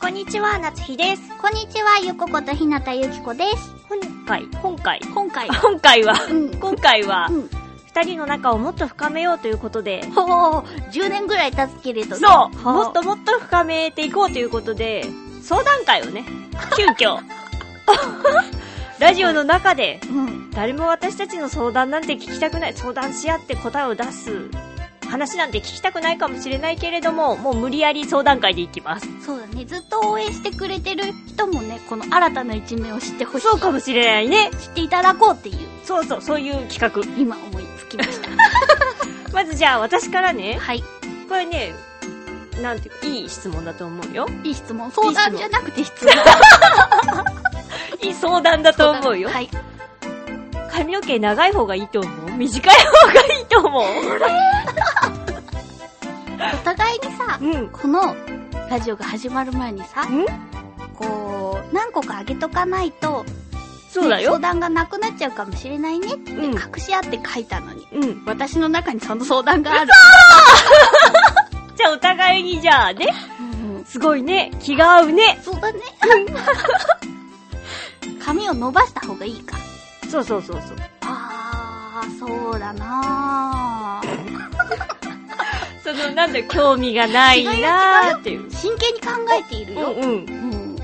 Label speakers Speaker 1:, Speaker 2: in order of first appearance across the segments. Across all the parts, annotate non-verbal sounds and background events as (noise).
Speaker 1: こんにちは、夏日です。
Speaker 2: こんにちはゆこことひなたゆきこです
Speaker 1: 今回、今回、
Speaker 2: 今回
Speaker 1: 今回は、
Speaker 2: うん
Speaker 1: 今回は
Speaker 2: う、ん
Speaker 1: 二人の仲をもっと深めようということで、
Speaker 2: ほう10年ぐらい経つけれどね
Speaker 1: そう
Speaker 2: はあ
Speaker 1: もっともっと深めていこうということで、相談会を (laughs) ね、急遽、ラジオの中で、
Speaker 2: うん
Speaker 1: 誰も私たちの相談なんて聞きたくない、相談し合って答えを出す話なんて聞きたくないかもしれないけれども、もう無理やり相談会でいきます。
Speaker 2: そうだねずっと応援してくれてる人もねこの新たな一面を知ってほしい
Speaker 1: そうかもしれないね。
Speaker 2: 知っていただこうっていう
Speaker 1: そうそう、そういう企画。
Speaker 2: 今思いつきました
Speaker 1: (laughs) まずじゃあ私からね、
Speaker 2: はい
Speaker 1: これね、なんていうか、いい質問だと思うよ。
Speaker 2: いい質問相談
Speaker 1: いい質問
Speaker 2: じゃなくて質問
Speaker 1: いい相談だと思うよ。
Speaker 2: はい
Speaker 1: 髪の毛長い方がいいと思う短い方がいいと (laughs) 思う
Speaker 2: お互いにさ
Speaker 1: うん。
Speaker 2: このラジオが始まる前にさ
Speaker 1: ん
Speaker 2: こう何個かあげとかないと
Speaker 1: そう
Speaker 2: ね
Speaker 1: だ
Speaker 2: 相
Speaker 1: よ。
Speaker 2: 談がなくなっちゃうかもしれないねって
Speaker 1: うん。
Speaker 2: 隠し合って書いたのに
Speaker 1: うん。
Speaker 2: 私の中にその相談がある
Speaker 1: じゃあお互いにじゃあね、
Speaker 2: うん
Speaker 1: すごいね、気が合うね。
Speaker 2: そうだね。 (laughs) 髪を伸ばした方がいいか。
Speaker 1: そうそうそうそう。
Speaker 2: あー、そうだなー。
Speaker 1: その、なんだ、興味がないなーっていう。
Speaker 2: 真剣に考えている
Speaker 1: う
Speaker 2: よ。
Speaker 1: んうん。
Speaker 2: うん。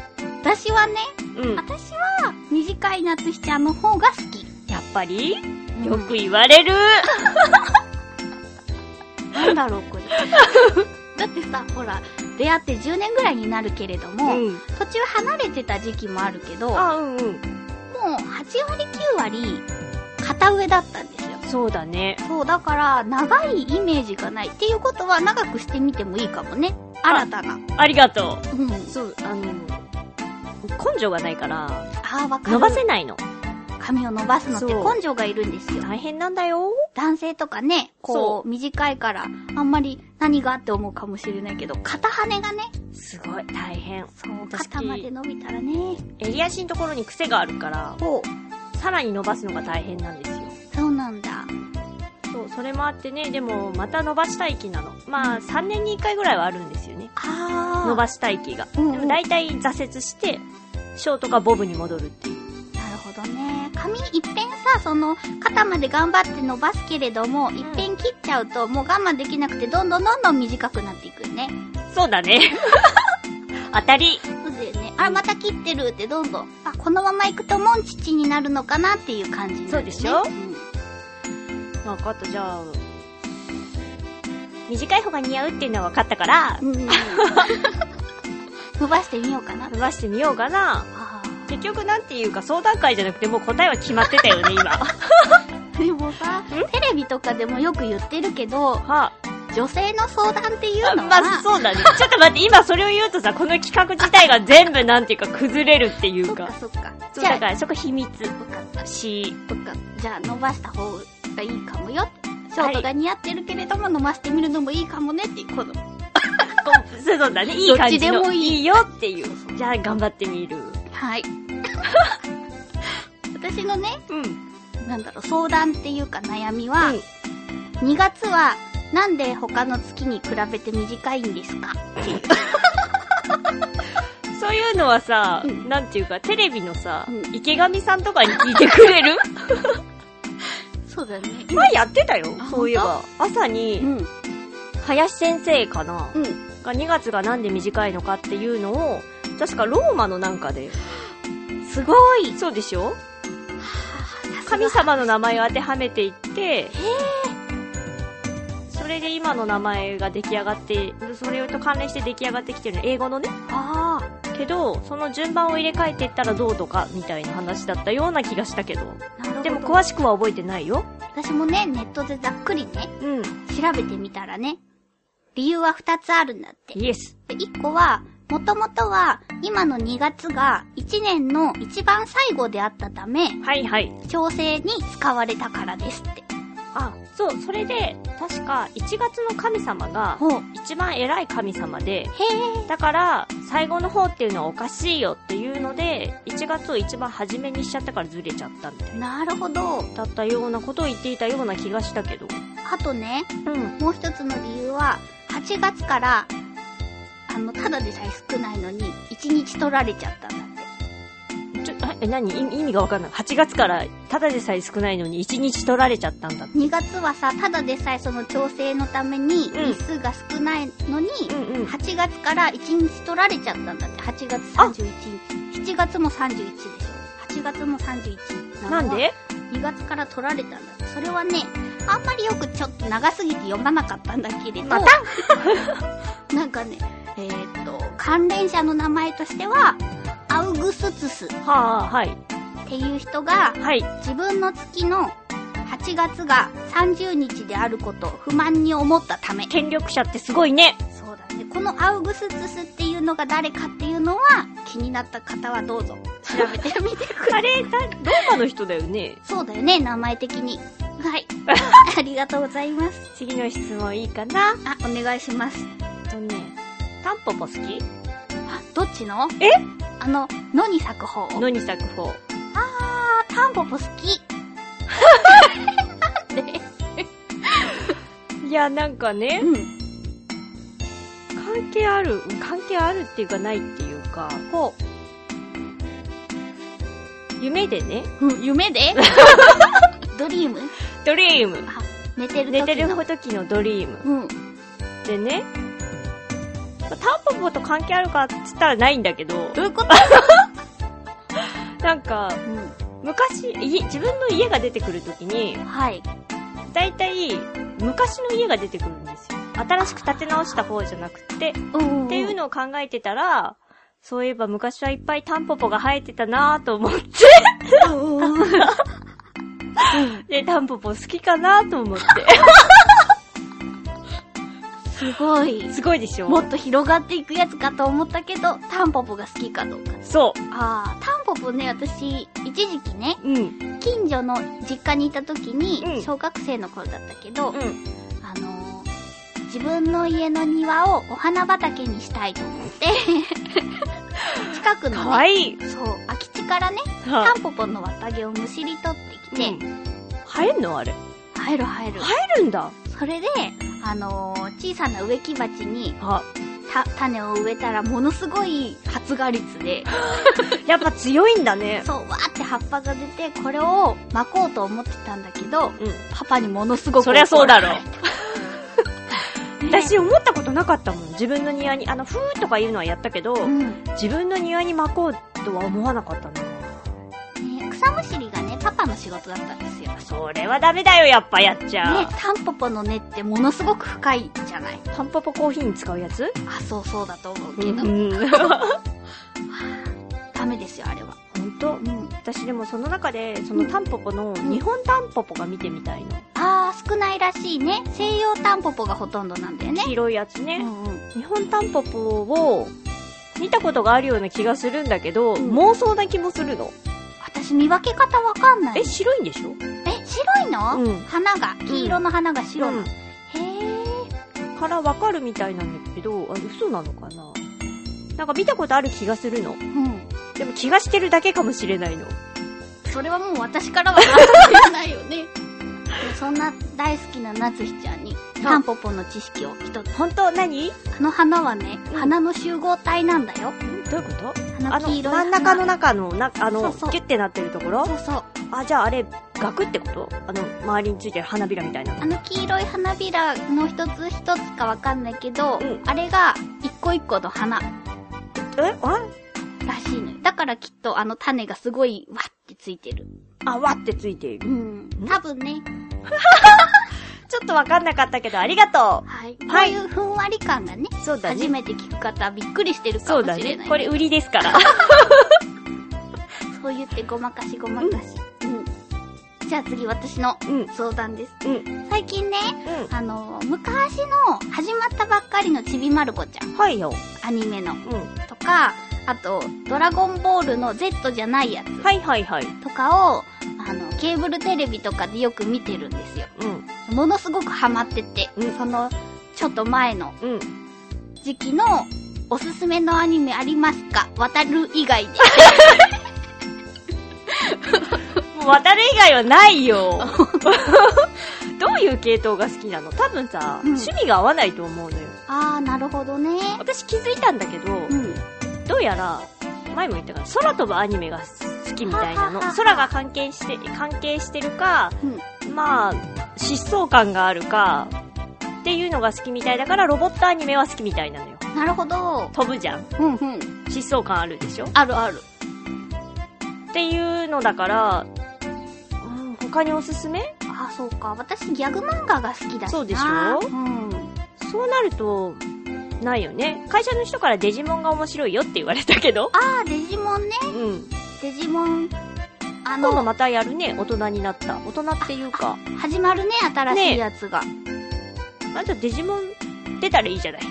Speaker 2: 私はね、
Speaker 1: うん。
Speaker 2: 私は短い夏日ちゃんの方が好き。
Speaker 1: やっぱり
Speaker 2: うん
Speaker 1: よく言われる。
Speaker 2: なんだろう、これ。 (laughs) だってさ、ほら、出会って10年ぐらいになるけれども、
Speaker 1: ん。
Speaker 2: 途中離れてた時期もあるけど、も
Speaker 1: あ、う
Speaker 2: う
Speaker 1: んうん。
Speaker 2: 8割9割、片上だったんですよ。
Speaker 1: そうだね。
Speaker 2: そう、だから、長いイメージがない。っていうことは、長くしてみてもいいかもね。新たな。
Speaker 1: ありがと
Speaker 2: うん。
Speaker 1: う。そう、あの、根性がないから、
Speaker 2: ああ、わかる。
Speaker 1: 伸ばせないの。
Speaker 2: 髪を伸ばすのって
Speaker 1: そう
Speaker 2: 根性がいるんですよ。
Speaker 1: 大変なんだよ。
Speaker 2: 男性とかね、こ、
Speaker 1: そう
Speaker 2: 短いから、あんまり何がって思うかもしれないけど、肩羽がね、
Speaker 1: すごい、大変。
Speaker 2: そう、
Speaker 1: 私
Speaker 2: 肩まで伸びたらね、
Speaker 1: 襟足のところに癖があるから、
Speaker 2: こ
Speaker 1: さらに伸ばすのが大変なんですよ。
Speaker 2: う、そうなんだ。
Speaker 1: そう、それもあってね、でも、また伸ばしたい気なの。まあ、3年に1回ぐらいはあるんですよね。
Speaker 2: ああ。
Speaker 1: 伸ばしたい気が。
Speaker 2: うんうん
Speaker 1: でも、大体挫折して、ショートかボブに戻るっていう。
Speaker 2: なるほどね。髪いっぺんさ、その、肩まで頑張って伸ばすけれども、いっぺん切っちゃうと、もう我慢できなくて、どんどんどんどん短くなっていくよね。
Speaker 1: そうだね。当たり。
Speaker 2: そうだよね。あ、また切ってるってどんどん。あ、このまま行くともん乳になるのかなっていう感じになる、ね。
Speaker 1: そうでし
Speaker 2: ん
Speaker 1: まあ、分かった、じゃあ、短い方が似合うっていうのは分かったから、
Speaker 2: うん。 (laughs) 伸ばしてみようかな。
Speaker 1: 伸ばしてみようかな。
Speaker 2: あ
Speaker 1: 結局なんていうか相談会じゃなくてもう答えは決まってたよね、今。は
Speaker 2: ーでもさ、テレビとかでもよく言ってるけど、
Speaker 1: あ、
Speaker 2: 女性の相談っていうのは、
Speaker 1: まあそうだね。ちょっと待って、今それを言うとさ、この企画自体が全部なんていうか崩れるっていう
Speaker 2: そっか
Speaker 1: か。
Speaker 2: そっか。
Speaker 1: そう
Speaker 2: じゃ
Speaker 1: だ
Speaker 2: あ、
Speaker 1: からそこ秘密。
Speaker 2: よかった。
Speaker 1: し、
Speaker 2: そっか。じゃあ、伸ばした方がいいかもよ。ショートが似合ってるけれども、伸ばしてみるのもいいかもねっていう、この。
Speaker 1: こう、そうだね。いい感じの。
Speaker 2: どっちでもいい
Speaker 1: よっていう。じゃあ頑張ってみる。
Speaker 2: はい。 (laughs) 私のね、
Speaker 1: うん。
Speaker 2: なんだろう、相談っていうか悩みは、2月は、なんで他の月に比べて短いんですかっていう。
Speaker 1: そういうのはさ、
Speaker 2: うん
Speaker 1: なんていうか、テレビのさ、
Speaker 2: うん
Speaker 1: 池上さんとかに聞いてくれる
Speaker 2: (laughs) そうだね。
Speaker 1: 前やってたよ
Speaker 2: あ。
Speaker 1: そういえば。朝に
Speaker 2: う、ん。
Speaker 1: 林先生かな、
Speaker 2: うん。
Speaker 1: が2月がなんで短いのかっていうのを、確かローマのなんかで。
Speaker 2: すごい。
Speaker 1: そうでしょ
Speaker 2: さすが
Speaker 1: 神様の名前を当てはめていって、それで今の名前が出来上がって、それと関連して出来上がってきてるの、英語のね。
Speaker 2: あ
Speaker 1: けど、その順番を入れ替えていったらどうとか、みたいな話だったような気がしたけど。
Speaker 2: あ。なるほど。
Speaker 1: でも詳しくは覚えてないよ。
Speaker 2: 私もね、ネットでざっくりね、
Speaker 1: うん。
Speaker 2: 調べてみたらね、理由は2つあるんだって。
Speaker 1: イエス。
Speaker 2: で1個は、もともとは、今の2月が1年の一番最後であったため、
Speaker 1: はいはい。
Speaker 2: 調整に使われたからですって。
Speaker 1: あ、そう、それで、確か1月の神様が、
Speaker 2: ほう。へ
Speaker 1: 一番偉い神様で、
Speaker 2: え。
Speaker 1: だから、最後の方っていうのはおかしいよっていうので、1月を一番初めにしちゃったからずれちゃったみたいな。
Speaker 2: なるほど。
Speaker 1: だったようなことを言っていたような気がしたけど。
Speaker 2: あとね、
Speaker 1: うん。
Speaker 2: もう一つの理由は、8月から、あの、ただでさえ少ないのに、1日取られちゃったんだって。
Speaker 1: ちょ、あえ、何意意味がわかんない。8月から、ただでさえ少ないのに1日取られちゃったんだ。
Speaker 2: 2月はさ、ただでさえその調整のために、
Speaker 1: う
Speaker 2: 日
Speaker 1: ん
Speaker 2: 数が少ないのに、
Speaker 1: うんうん。
Speaker 2: 8月から1日取られちゃったんだって。8月31日。7月も31でしょ。8月も31
Speaker 1: なんで
Speaker 2: ?2 月から取られたんだって。それはね、あんまりよくちょっと長すぎて読まなかったんだけれど。
Speaker 1: ま
Speaker 2: (laughs) なんかね、えーっと、関連者の名前としては、アウグスツスっ
Speaker 1: はあ、はい。
Speaker 2: ていう人が、
Speaker 1: はい。
Speaker 2: 自分の月の8月が30日であることを不満に思ったため。
Speaker 1: 権力者ってすごいね。
Speaker 2: そうだね。このアウグスツスっていうのが誰かっていうのは、気になった方はどうぞ、調べてみてく
Speaker 1: あ
Speaker 2: れ。
Speaker 1: れ、だ、ローマの人だよね。
Speaker 2: (laughs) そうだよね、名前的に。はい。ありがとうございます。
Speaker 1: 次の質問いいかな
Speaker 2: あ、お願いします。
Speaker 1: えっとね、タンポポ好き
Speaker 2: あ、どっちの
Speaker 1: え
Speaker 2: あの、野に咲く方。
Speaker 1: 野に咲く方。
Speaker 2: あー、タンポポ好 (laughs) き。
Speaker 1: いや、なんかね、
Speaker 2: (laughs) うん。
Speaker 1: 関係ある、関係あるっていうかないっていうか、
Speaker 2: ほ
Speaker 1: 夢でね、
Speaker 2: う。うん、夢 (laughs) でドリーム
Speaker 1: ドリーム。
Speaker 2: あ、寝てる時
Speaker 1: 寝
Speaker 2: の
Speaker 1: てる時のドリーム。
Speaker 2: うん。
Speaker 1: でね、まあタンポポと関係あるかって言ったらないんだけど、
Speaker 2: どういう (laughs) こと
Speaker 1: なんか、
Speaker 2: うん。
Speaker 1: 昔、い自分の家が出てくる時に、
Speaker 2: はい。
Speaker 1: だいたい昔の家が出てくるんですよ。新しく建て直した方じゃなくて、
Speaker 2: うん。
Speaker 1: っていう
Speaker 2: の。
Speaker 1: のを考えてたら、そういえば昔はいっぱいタンポポが生えてたなぁと思って、で、タンポポ好きかなぁと
Speaker 2: (laughs)
Speaker 1: 思って。
Speaker 2: すごい。
Speaker 1: すごいでしょ
Speaker 2: もっと広がっていくやつかと思ったけど、タンポポが好きかどうか。
Speaker 1: そ
Speaker 2: ああ、タンポポね、私、一時期ね、
Speaker 1: う。うん。
Speaker 2: 近所の実家にいた時に、
Speaker 1: うん
Speaker 2: 小学生の頃だったけど、
Speaker 1: うん。
Speaker 2: あのー自分の家の庭をお花畑にしたいと思
Speaker 1: (laughs)
Speaker 2: って、近く
Speaker 1: か
Speaker 2: の、
Speaker 1: わ
Speaker 2: ね、
Speaker 1: いい。
Speaker 2: そう、空き地からね、
Speaker 1: は
Speaker 2: タンポポの綿毛をむしり取ってきて、
Speaker 1: うん生えんのあれ。
Speaker 2: 入る入る。
Speaker 1: 生えるんだ。
Speaker 2: それで、あのー小さな植木鉢に
Speaker 1: あ、
Speaker 2: た種を植えたらものすごい発芽率で、
Speaker 1: やっぱ強いんだね。
Speaker 2: そう、わーって葉っぱが出て、これを巻こうと思ってたんだけど、
Speaker 1: う
Speaker 2: パパにものすごく
Speaker 1: そりゃそうだろう
Speaker 2: 怒られた。
Speaker 1: ん。
Speaker 2: (laughs) ね
Speaker 1: 私思ったことなかったもん。自分の庭に、あの、ふーとか言うのはやったけど、
Speaker 2: うん
Speaker 1: 自分の庭に巻こうとは思わなかったな。
Speaker 2: ね草むしりがね、パパの仕事だったんですよ。ね、
Speaker 1: それはダメだよ、やっぱやっちゃ。
Speaker 2: タンポポの根ってものすごく深いじゃない。
Speaker 1: タンポポコーヒーに使うやつ
Speaker 2: あ、そうそうだと思うけ
Speaker 1: う
Speaker 2: ど、
Speaker 1: ん。 (laughs)
Speaker 2: ダメですよ、あれは。
Speaker 1: 本当私でもその中でそのタンポポの
Speaker 2: ん
Speaker 1: 日本タンポポが見てみたいの、
Speaker 2: あー、少ないらしいね。西洋タンポポがほとんどなんだよね。
Speaker 1: 黄色いやつ
Speaker 2: う
Speaker 1: ね、
Speaker 2: んうん。
Speaker 1: 日本タンポポを見たことがあるような気がするんだけど、
Speaker 2: ん
Speaker 1: 妄想な気もするの、
Speaker 2: 私見分け方わかんない。
Speaker 1: え白いんでしょ
Speaker 2: え、白いの、
Speaker 1: うん
Speaker 2: 花が、黄色の花が白なの。
Speaker 1: うん
Speaker 2: へー。
Speaker 1: からわかるみたいなんだけどあれ嘘なのかななんか見たことある気がするの
Speaker 2: うん。
Speaker 1: でも気がしてるだけかもしれないの
Speaker 2: それはもう私からは話してないよ
Speaker 1: (laughs)
Speaker 2: ね。そんな大好きななつひちゃんに、タンポポの知識を一つ。
Speaker 1: 本当何
Speaker 2: あの花はね、
Speaker 1: うん
Speaker 2: 花の集合体なんだよ。
Speaker 1: どういうこと
Speaker 2: あ
Speaker 1: あ
Speaker 2: の
Speaker 1: の
Speaker 2: 黄色い花。
Speaker 1: 真ん中の中のなあの
Speaker 2: そうそう
Speaker 1: キュッてなってるところ
Speaker 2: そうそう。
Speaker 1: あじゃああれ額ってことあの周りについてる花びらみたいな
Speaker 2: あの黄色い花びらの一つ一つかわかんないけど、
Speaker 1: うん
Speaker 2: あれが一個一個の花
Speaker 1: えあ
Speaker 2: らしいのよ。だからきっとあの種がすごいわってついてる。
Speaker 1: あわってついている。
Speaker 2: うん。多分ね。
Speaker 1: ちょっとわかんなかったけど、ありがと
Speaker 2: はい。こ
Speaker 1: は
Speaker 2: う
Speaker 1: い
Speaker 2: いうふんわり感がね、
Speaker 1: う。そう
Speaker 2: 初。めて聞く方はびっくりしてるか
Speaker 1: そ
Speaker 2: も
Speaker 1: う
Speaker 2: し
Speaker 1: だ
Speaker 2: れ
Speaker 1: ね
Speaker 2: な。い。
Speaker 1: これ売りですから。
Speaker 2: そう言ってごまかしごまかし。うん。じゃあ次私の
Speaker 1: うん、
Speaker 2: 相談です。
Speaker 1: うん、
Speaker 2: 最近ね、
Speaker 1: う
Speaker 2: あの、昔の始まったばっかりのちびまる子ちゃん、
Speaker 1: ん。はいよ。
Speaker 2: アニメの、
Speaker 1: う
Speaker 2: とか、あと、ドラゴンボールの Z じゃないや
Speaker 1: ん。はいはいはい。
Speaker 2: つとかを、あの、ケーブルテレビとかでよく見てるんですよ。
Speaker 1: うん、
Speaker 2: ものすごくハマってて、
Speaker 1: うん
Speaker 2: その、ちょっと前の
Speaker 1: うん。
Speaker 2: 時期の、おすすめのアニメありますか渡る以外で。
Speaker 1: もう渡る以外はな
Speaker 2: (laughs)
Speaker 1: いよ。どういう系統が好きなの多分さ、
Speaker 2: うん
Speaker 1: 趣味が合わないと思うのよ。
Speaker 2: あー、なるほどね。
Speaker 1: 私気づいたんだけど、
Speaker 2: うん。
Speaker 1: どうやら、前も言ったから、空飛ぶアニメが好きみたいなの。
Speaker 2: ははは
Speaker 1: 空が関係して、関係してるか、
Speaker 2: うん。
Speaker 1: まあ、疾走感があるか、っていうのが好きみたいだから、ロボットアニメは好きみたいなのよ。
Speaker 2: なるほど。
Speaker 1: 飛ぶじゃん。
Speaker 2: うんうん。
Speaker 1: 疾走感あるでしょ
Speaker 2: あるある。
Speaker 1: っていうのだから、うん、他におすすめ
Speaker 2: あー、そうか。私ギャグ漫画が好きだしな。
Speaker 1: そうでしょ
Speaker 2: うん。
Speaker 1: そうなると、ないよね。会社の人からデジモンが面白いよって言われたけど。
Speaker 2: あー、デジモンね。
Speaker 1: うん。
Speaker 2: デジモン、あ
Speaker 1: 今度
Speaker 2: の、
Speaker 1: またやるね。大人になった。大人っていうか。
Speaker 2: 始まるね、新しいやつが。
Speaker 1: まずデジモン出たらいいじゃない。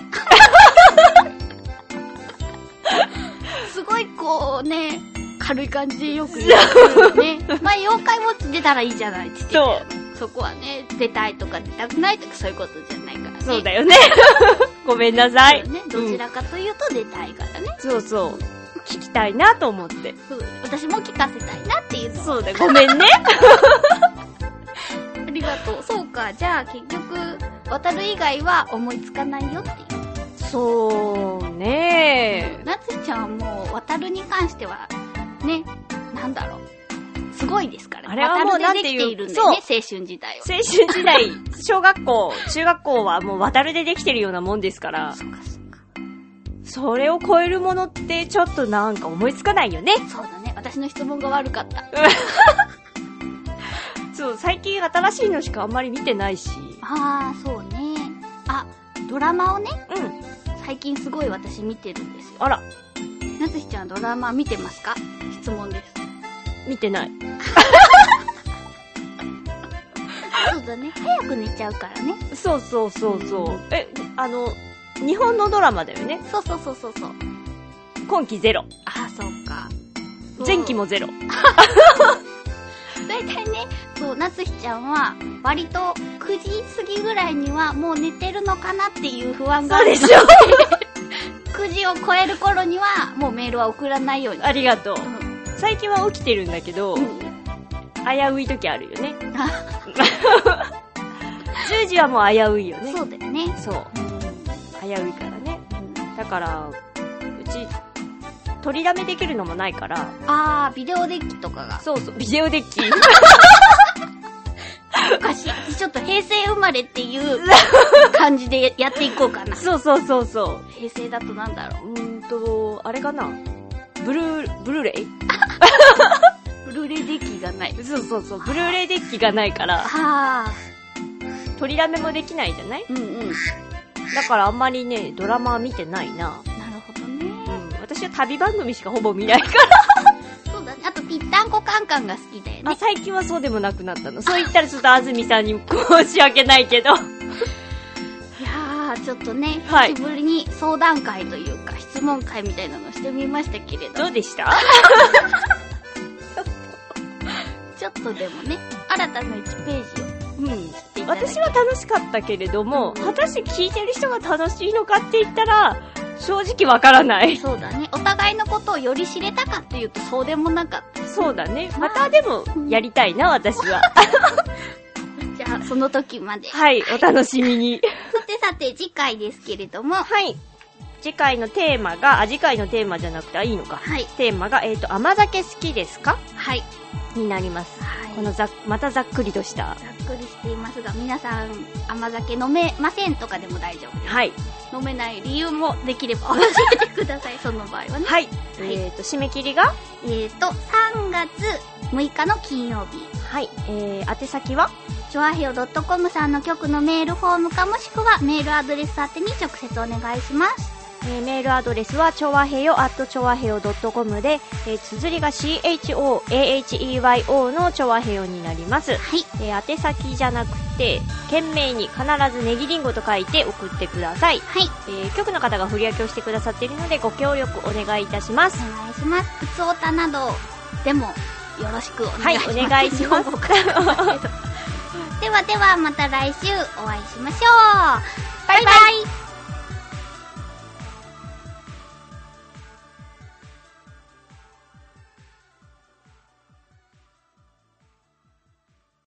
Speaker 2: すごいこうね、軽い感じでよく言うけどね。まあ、妖怪ウォッチ出たらいいじゃないって言ってたよねそこはね、出たいとか出たくないとかそういうことじゃないからね。
Speaker 1: そう
Speaker 2: よ。
Speaker 1: だよね。 (laughs) ごめんなさい。
Speaker 2: ね、どちらかというと出たいからね。
Speaker 1: そうそう。聞きたいなと思って。
Speaker 2: そう私も聞かせたいなっていうの。
Speaker 1: そうだ、ごめんね。
Speaker 2: ありがとう。そうか、じゃあ結局、渡る以外は思いつかないよっていう。
Speaker 1: そうね
Speaker 2: なつちゃんはもう渡るに関しては、ね、なんだろう。すごいですからね。
Speaker 1: あれはもう
Speaker 2: 渡るでできているんだよね、青春時代は。
Speaker 1: 青春時代、小学校、中学校はもう渡るでできてるようなもんですから、
Speaker 2: そうか、そうか。
Speaker 1: それを超えるものってちょっとなんか思いつかないよね。
Speaker 2: そうだね。私の質問が悪かった。
Speaker 1: そう、最近新しいのしかあんまり見てないし。
Speaker 2: ああ、そうね。あ、ドラマをね、
Speaker 1: うん。
Speaker 2: 最近すごい私見てるんですよ。
Speaker 1: あら、
Speaker 2: なつひちゃんはドラマ見てますか質問
Speaker 1: (laughs)
Speaker 2: です。
Speaker 1: 見てない。
Speaker 2: そうだね。早く寝ちゃうからね。
Speaker 1: そうそうそうそう。え、あの、日本のドラマだよね。
Speaker 2: そうそうそうそうそう。
Speaker 1: 今期ゼロ。
Speaker 2: ああ、そうか。そう
Speaker 1: 前期。もゼロ。
Speaker 2: だいたいね、そう、なつひちゃんは、割と9時過ぎぐらいにはもう寝てるのかなっていう不安があ
Speaker 1: そう
Speaker 2: る
Speaker 1: で
Speaker 2: の
Speaker 1: しょ
Speaker 2: 9時を超える頃には、もうメールは送らないように。
Speaker 1: (laughs) ありがとう。
Speaker 2: うん
Speaker 1: 最近は起きてるんだけど、
Speaker 2: う
Speaker 1: 危
Speaker 2: ん
Speaker 1: うい時あるよね。
Speaker 2: あ
Speaker 1: (laughs) 10時はもう危ういよね。
Speaker 2: そうだよね。
Speaker 1: そう。危ういからね。
Speaker 2: うん
Speaker 1: だから、うち、取りだめできるのもないから、
Speaker 2: あー、ビデオデッキとかが。
Speaker 1: そうそう、ビデオデッキ。 (laughs)
Speaker 2: おかしい。ちょっと平成生まれっていう感じでやっていこうかな。
Speaker 1: そうそうそうそ
Speaker 2: (laughs) 平成だとなんだろ
Speaker 1: う。うーんと、あれかな。ブルー、ブルーレイ
Speaker 2: う。ブルーレイデッキがない。
Speaker 1: そうそうそう、ブルーレイデッキがないから、
Speaker 2: は
Speaker 1: 取りだめもできないじゃない
Speaker 2: ー。うんうん。な
Speaker 1: だからあんまりね、ドラマは見てないな。
Speaker 2: るほどね。
Speaker 1: うん、私は旅番組しかほぼ見ないか
Speaker 2: そうだね。あと、ぴったんこカンカンが好きだよ
Speaker 1: ら。あ、
Speaker 2: ね。
Speaker 1: 最近はそうでもなくなったの。そう言ったらちょっと安住さんに申し訳ないけど。
Speaker 2: いやー、ちょっとね、
Speaker 1: は
Speaker 2: 久
Speaker 1: い
Speaker 2: しぶりに相談会というか、質問会みたいなのをしてみましたけれど
Speaker 1: ど、うでした
Speaker 2: ちょっとでもね、新たな1ページを
Speaker 1: うん。
Speaker 2: 切っていただき
Speaker 1: 私は楽しかったけれども、
Speaker 2: うん
Speaker 1: 果たして聞いてる人が楽しいのかって言ったら、正直わからない。
Speaker 2: そうだね。お互いのことをより知れたかっていうと、そうでもなかった。
Speaker 1: そうだね。
Speaker 2: まあ
Speaker 1: またでも、やりたいな、私は。
Speaker 2: じゃあ、その時まで。
Speaker 1: はい、お楽しみに。
Speaker 2: さてさて、次回ですけれども、
Speaker 1: はい。次回のテーマが、あ、次回のテーマじゃなくて、あ、いいのか。
Speaker 2: はい。
Speaker 1: テーマが、えっ、と、甘酒好きですか
Speaker 2: はい。
Speaker 1: になります。
Speaker 2: はい。
Speaker 1: このざっ、またざっくりとした。
Speaker 2: ざっくりしていますが、皆さん、甘酒飲めませんとかでも大丈夫で
Speaker 1: はい。
Speaker 2: す。飲めない理由もできれば教えてください、その場合はね。
Speaker 1: はい。えっ、と、締め切りが
Speaker 2: えっ、ー、と、3月6日の金曜日、
Speaker 1: はい。えー、宛先は
Speaker 2: チョアヘオ .com さんの局のメールフォームかもしくはメールアドレス宛てに直接お願いします。
Speaker 1: えーメールアドレスは、ちょわへよ at ちょわへよ .com で、えー、綴りが CHOAHEYO のちょわへよになります。
Speaker 2: はい。
Speaker 1: えー、宛先じゃなくて、懸命に必ずネギリンゴと書いて送ってください。
Speaker 2: はい。
Speaker 1: えー、局の方が振り分けをしてくださっているので、ご協力お願いいたします。
Speaker 2: お願いします。普通おたなどでもよろしくお
Speaker 1: は
Speaker 2: 願
Speaker 1: い
Speaker 2: いします。、
Speaker 1: お願いします。 (laughs)
Speaker 2: 日本語かではではまた来週お会いしましょう。バイバイ